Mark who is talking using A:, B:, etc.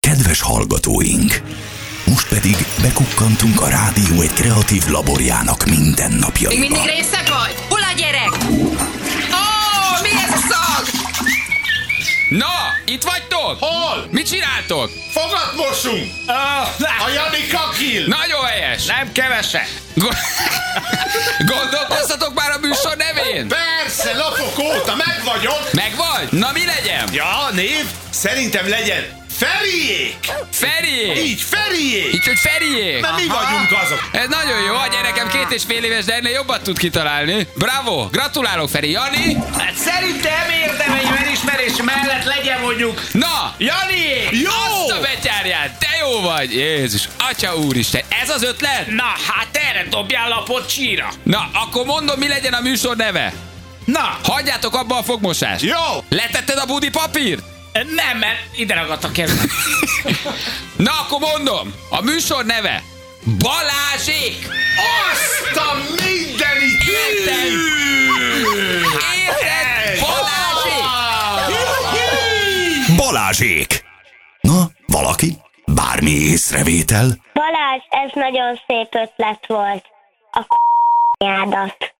A: Kedves hallgatóink! Most pedig bekukkantunk a rádió egy kreatív laborjának
B: Még
A: mindennapjaiba.
B: mindig részeg vagy? Hol a gyerek? Ó, mi ez a szag?
C: Na, itt vagytok?
D: Hol?
C: Mit csináltok?
D: Fogat mosunk! A Janika kill!
C: Nagyon helyes!
E: Nem kevese.
C: Go- Gondolkoztatok már a műsor nevén?
D: Persze, napok óta meg vagyok!
C: Megvan? Na mi legyen?
D: Ja, név? Szerintem legyen Feriék!
C: Feri!
D: Így, Feriék!
C: Itt, hogy Feriék!
D: Mert mi vagyunk azok!
C: Ez nagyon jó, a gyerekem két és fél éves, de ennél jobbat tud kitalálni. Bravo! Gratulálok, Feri! Jani?
E: Hát szerintem érdemei elismerés mellett legyen mondjuk
C: Na!
E: Jani!
D: Jó!
C: Azt a betyárját! Te jó vagy! Jézus! Atya úristen! Ez az ötlet?
E: Na, hát erre dobjál lapot csíra.
C: Na, akkor mondom, mi legyen a műsor neve.
E: Na,
C: Hagyjátok abba a fogmosást.
D: Jó!
C: Letetted a budi papírt?
E: nem, mert ide ragadt a kezem.
C: Na, akkor mondom. A műsor neve Balázsék!
D: Azt a mindenit!
C: Érted? Érted? Balázsék!
A: Balázsék! Na, valaki? Bármi észrevétel?
F: Balázs, ez nagyon szép ötlet volt. A k***nyádat.